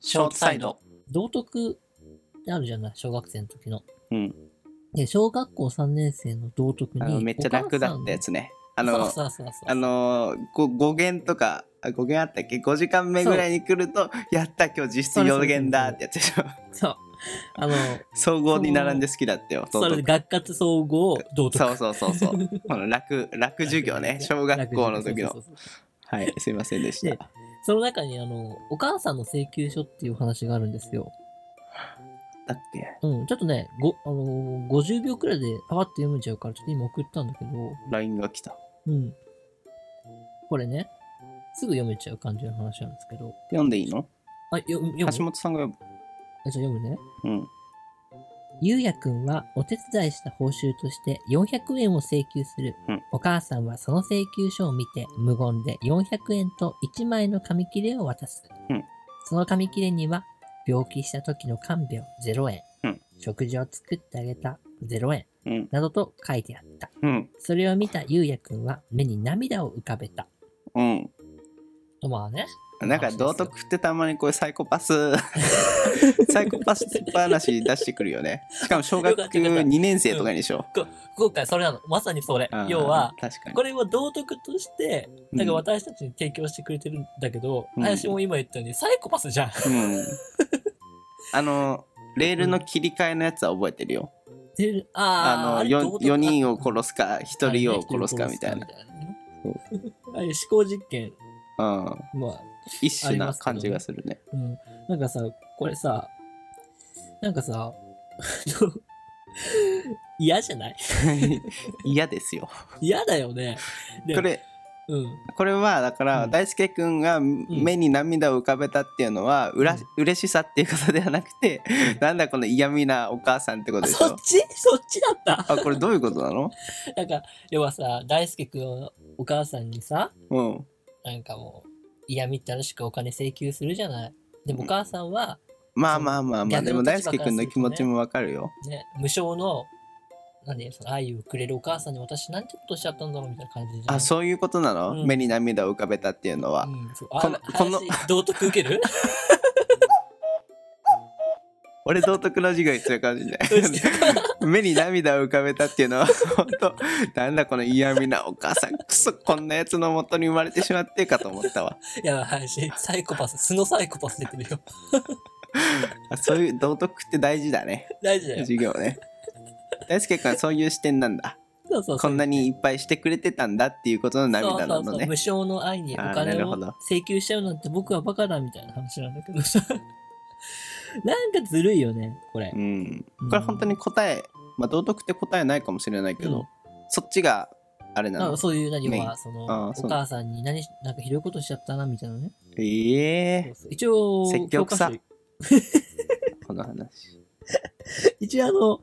ショートサイド。道徳ってあるじゃない小学生の時の。うん。で、小学校3年生の道徳あのに。めっちゃ楽だったやつね。あお母さんの。の、そうそうそうそうあのー、ご語源とか、あ語源あったっけ ?5 時間目ぐらいに来ると、やった、今日実質予言だってやつでし ょ。そう。あの、総合に並んで好きだったよ。それ弟で学活総合道徳。そうそうそう そう。この楽、楽授業ね。小学校の時そうの。そうそうそうはい、すいませんでしでた。その中に、あの、お母さんの請求書っていう話があるんですよ。だっけうん、ちょっとね、ごあのー50秒くらいでパパッと読めちゃうから、ちょっと今送ったんだけど、 ?LINE が来た。うん。これね、すぐ読めちゃう感じの話なんですけど、読んでいいのあ、よ読む橋本さんが読えじゃあ読むね。む。うん。ゆうやくんはお手伝いした報酬として400円を請求する。うんお母さんはその請求書を見て無言で400円と1枚の紙切れを渡す。うんその紙切れには病気した時の看病0円、うん食事を作ってあげた0円うん。などと書いてあった。うん。それを見たゆうやくんは目に涙を浮かべた。うん。とまあね。なんか道徳ってたまにこういうサイコパ スサイコパス話出してくるよねしかも小学よかったよかった2年生とかにでしょ、今回それなの。まさにそれあー要は、確かにこれは道徳として、うんなんか私たちに提供してくれてるんだけど、うん林も今言ったようにサイコパスじゃん。うん、あのレールの切り替えのやつは覚えてるよ、あの あー 4, 4人を殺すすか1人を殺すかみたいな、。ああいう思考実験、うん、まあ、一種な感じがするねうん。なんかさ、これさ、なんかさ、 あの嫌じゃない 嫌ですよ嫌だよね。でこ、れうん。これはだから、うん大輔君が目に涙を浮かべたっていうのはうら、うん嬉しさっていうことではなくて、なんだこの嫌味なお母さんってことあでしそっょちそっちだった。あこれどういうことな のなんか、要はさ、大輔くんのお母さんにさ、うんなんかもう、嫌みったらしくお金請求するじゃない。でもうおん母さんは、まあまあまあまあ逆のでも大立場輔君の気持ちもわかるよ、ね、無償の、何その愛をくれるお母さんに私なんてことしちゃったんだろうみたいな感じじゃん。あそういうことなの、うん目に涙を浮かべたっていうのは、うん、そうあこのこの林道徳受 ける俺道徳の授業必要かもしれうんない 目に涙を浮かべたっていうのは本当なんだこの嫌味なお母さんくそこんなやつのもとに生まれてしまってかと思ったわ いや、林、サイコパス、素のサイコパス出てるよ。 あそういう道徳って大事だね大事だよ。授業ね大輔君はそういう視点なんだそうそうこんなにいっぱいしてくれてたんだっていうことの涙なそうのそうそうね無償の愛におあーな金るほをど請求しちゃうなんて僕はバカだみたいな話なんだけどさ なんかずるいよねこれ、うんうんこれ本当に答え、まあ、道徳って答えないかもしれないけど、うんそっちがあれななんのかそういう何メインはそのあおーそう母さんに何しなんかひどいことしちゃったなみたいなねええそうそう一応説教臭教科この話書 一応あの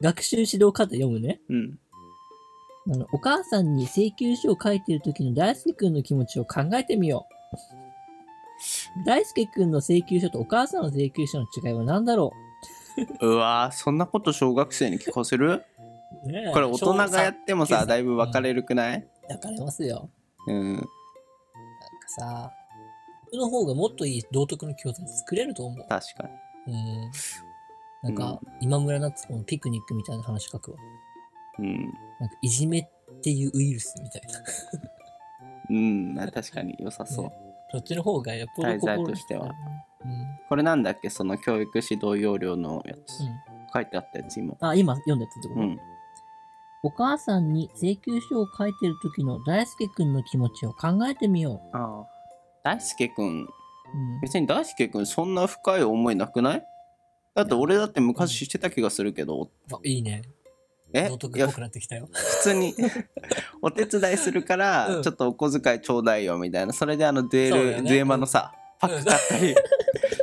学習指導課程読むねうんあのお母さんに請求書を書いてる時の大輔くんの気持ちを考えてみよう大輔くんの請求書とお母さんの請求書の違いは何だろうわーそんなこと小学生に聞かせ るう、ねえこれ大人がやっても小さ学だいぶ分かれるくない分かれますようんなんかさ、僕の方がもっといい道徳の教材作れると思う。確かにうん。なんか、今村夏子のピクニックみたいな話書くわ。うんなんか、いじめっていうウイルスみたいな。 うんあ確かに良さそう、ねそっちの方がやっぱり題材としては。うん。これなんだっけその教育指導要領のやつ、う書いてあったやつ今ん。あ、今読んだやつってこと、うんお母さんに請求書を書いてる時の大輔くんの気持ちを考えてみよああ大輔君う。うん。別に大輔君そんな深い思いなくないだって俺だって昔してた気がするけど、あいいね。え道徳いっやぽ普くなってき たよ。通 にお手伝いするかうらんちょっとお小遣いちょうだいよみたいなそれであのデュエそうルだ、よねデュエマのさパック買った り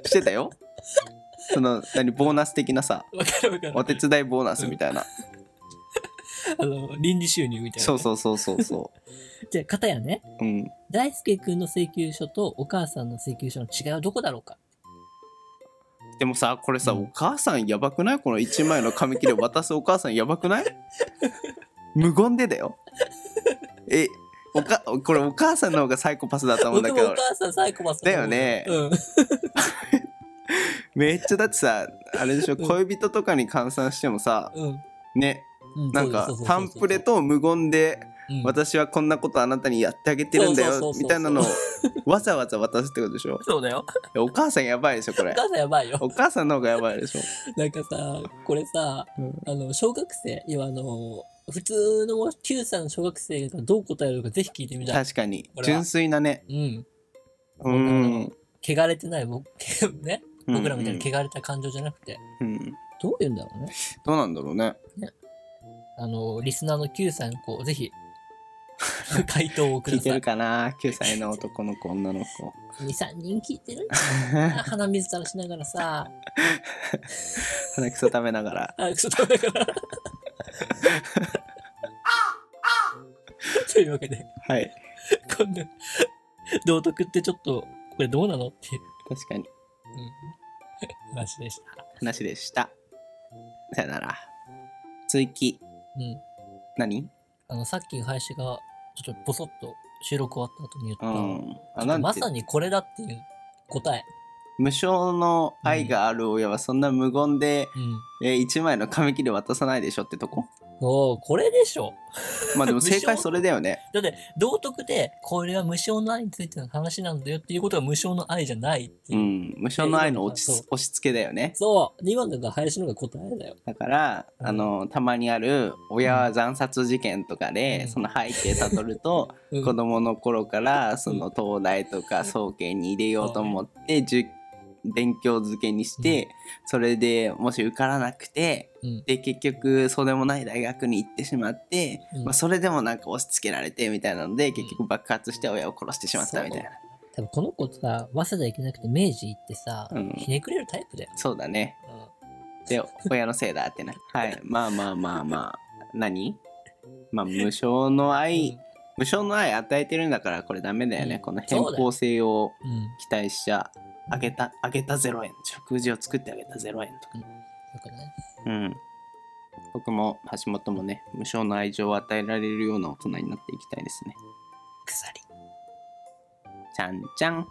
してたよその何ボーナス的なさわかるわかる。お手伝いボーナスみたいな、あの、倫理収入みたいなね、そうそうそうそうそじゃあ、片やね。ううん大輔くんの請求書とお母さんの請求書の違いはどこだろうかでもさこれさ、うんお母さんやばくないこの1枚の紙切れ渡すお母さんやばくない 無言でだよえおかこれお母さんの方がサイコパスだと思うん僕だもけどお母さんサイコパスだよねうんめっちゃだってさあれでしょうん恋人とかに換算してもさうん。ねうんなんかそうそうそうタそうンプレ、と無言でうん私はこんなことあなたにやってあげてるんだそうそうよそうそうみたいなのをわざわざ渡すってことでしょそうだよ。いやお母さんやばいでしょこお れ母さんやばいよ。お母さんの方がやばいでしょなんかさ、これさ、うんあの、小学生、要はあの、普通の9歳の小学生がどう答えるのかぜひ聞いてみたい。確かにこれは純粋なねうん。うん汚れてない、僕、 ね。僕らみたいうんに汚れた感情じゃなくて、うんどう言うんだろうね。どうなんだろうねあの、リスナーの9歳の子、ぜひ、回答をく聞だいてさるい。かな9歳の男の子女の 子2、3人聞い てるんじゃない鼻水垂らしながらさ、 鼻くそ食べながらあ、クソダメだから。 というわけで、はい今度、 道徳ってちょっと、これどうなのっていう確かにうん話でした。話でしたさよなら追記うん。何あの、さっき林が、ちょっとボソッと収録終わった後に言った、うんあちょっなとんまてさにこれだっていう答え。無償の愛がある親はそんな無言で、うん。えー、1枚の紙切れ渡さないでしょってと こおーこれでしょ。まあでも正無解償それだよねだって、道徳で、これは無償の愛についての話なんだよっていうことは無償の愛じゃないっうていう。ん無償の愛の落ちそう押し付けだよねそう。で今のが林のが答えだよ。だから、うんあのたまにある親惨殺事件とかで、うんその背景たどると、うん子供の頃からその東大とか総研に入れようと思って、じゅ勉強漬けにして、それでもし受からなくてうんで結局そうでもない大学に行ってしまって、うんまあ、それでもなんか押し付けられてみたいなので結局爆発して親を殺してしまったみたいな多分この子さ、早稲田行けなくて明治行ってさ、うんひねくれるタイプだよ。そうだねで親のせいだって なはいまあまあまあまあ何まあ無償の愛、無償の愛与えてるんだからこれダメだよね、うんこの変更性をうん。うん。期待しちゃあげたあげた0円食事を作ってあげた0円とかそうかね。うん僕も橋本もね無償の愛情を与えられるような大人になっていきたいですね鎖。ちゃんちゃん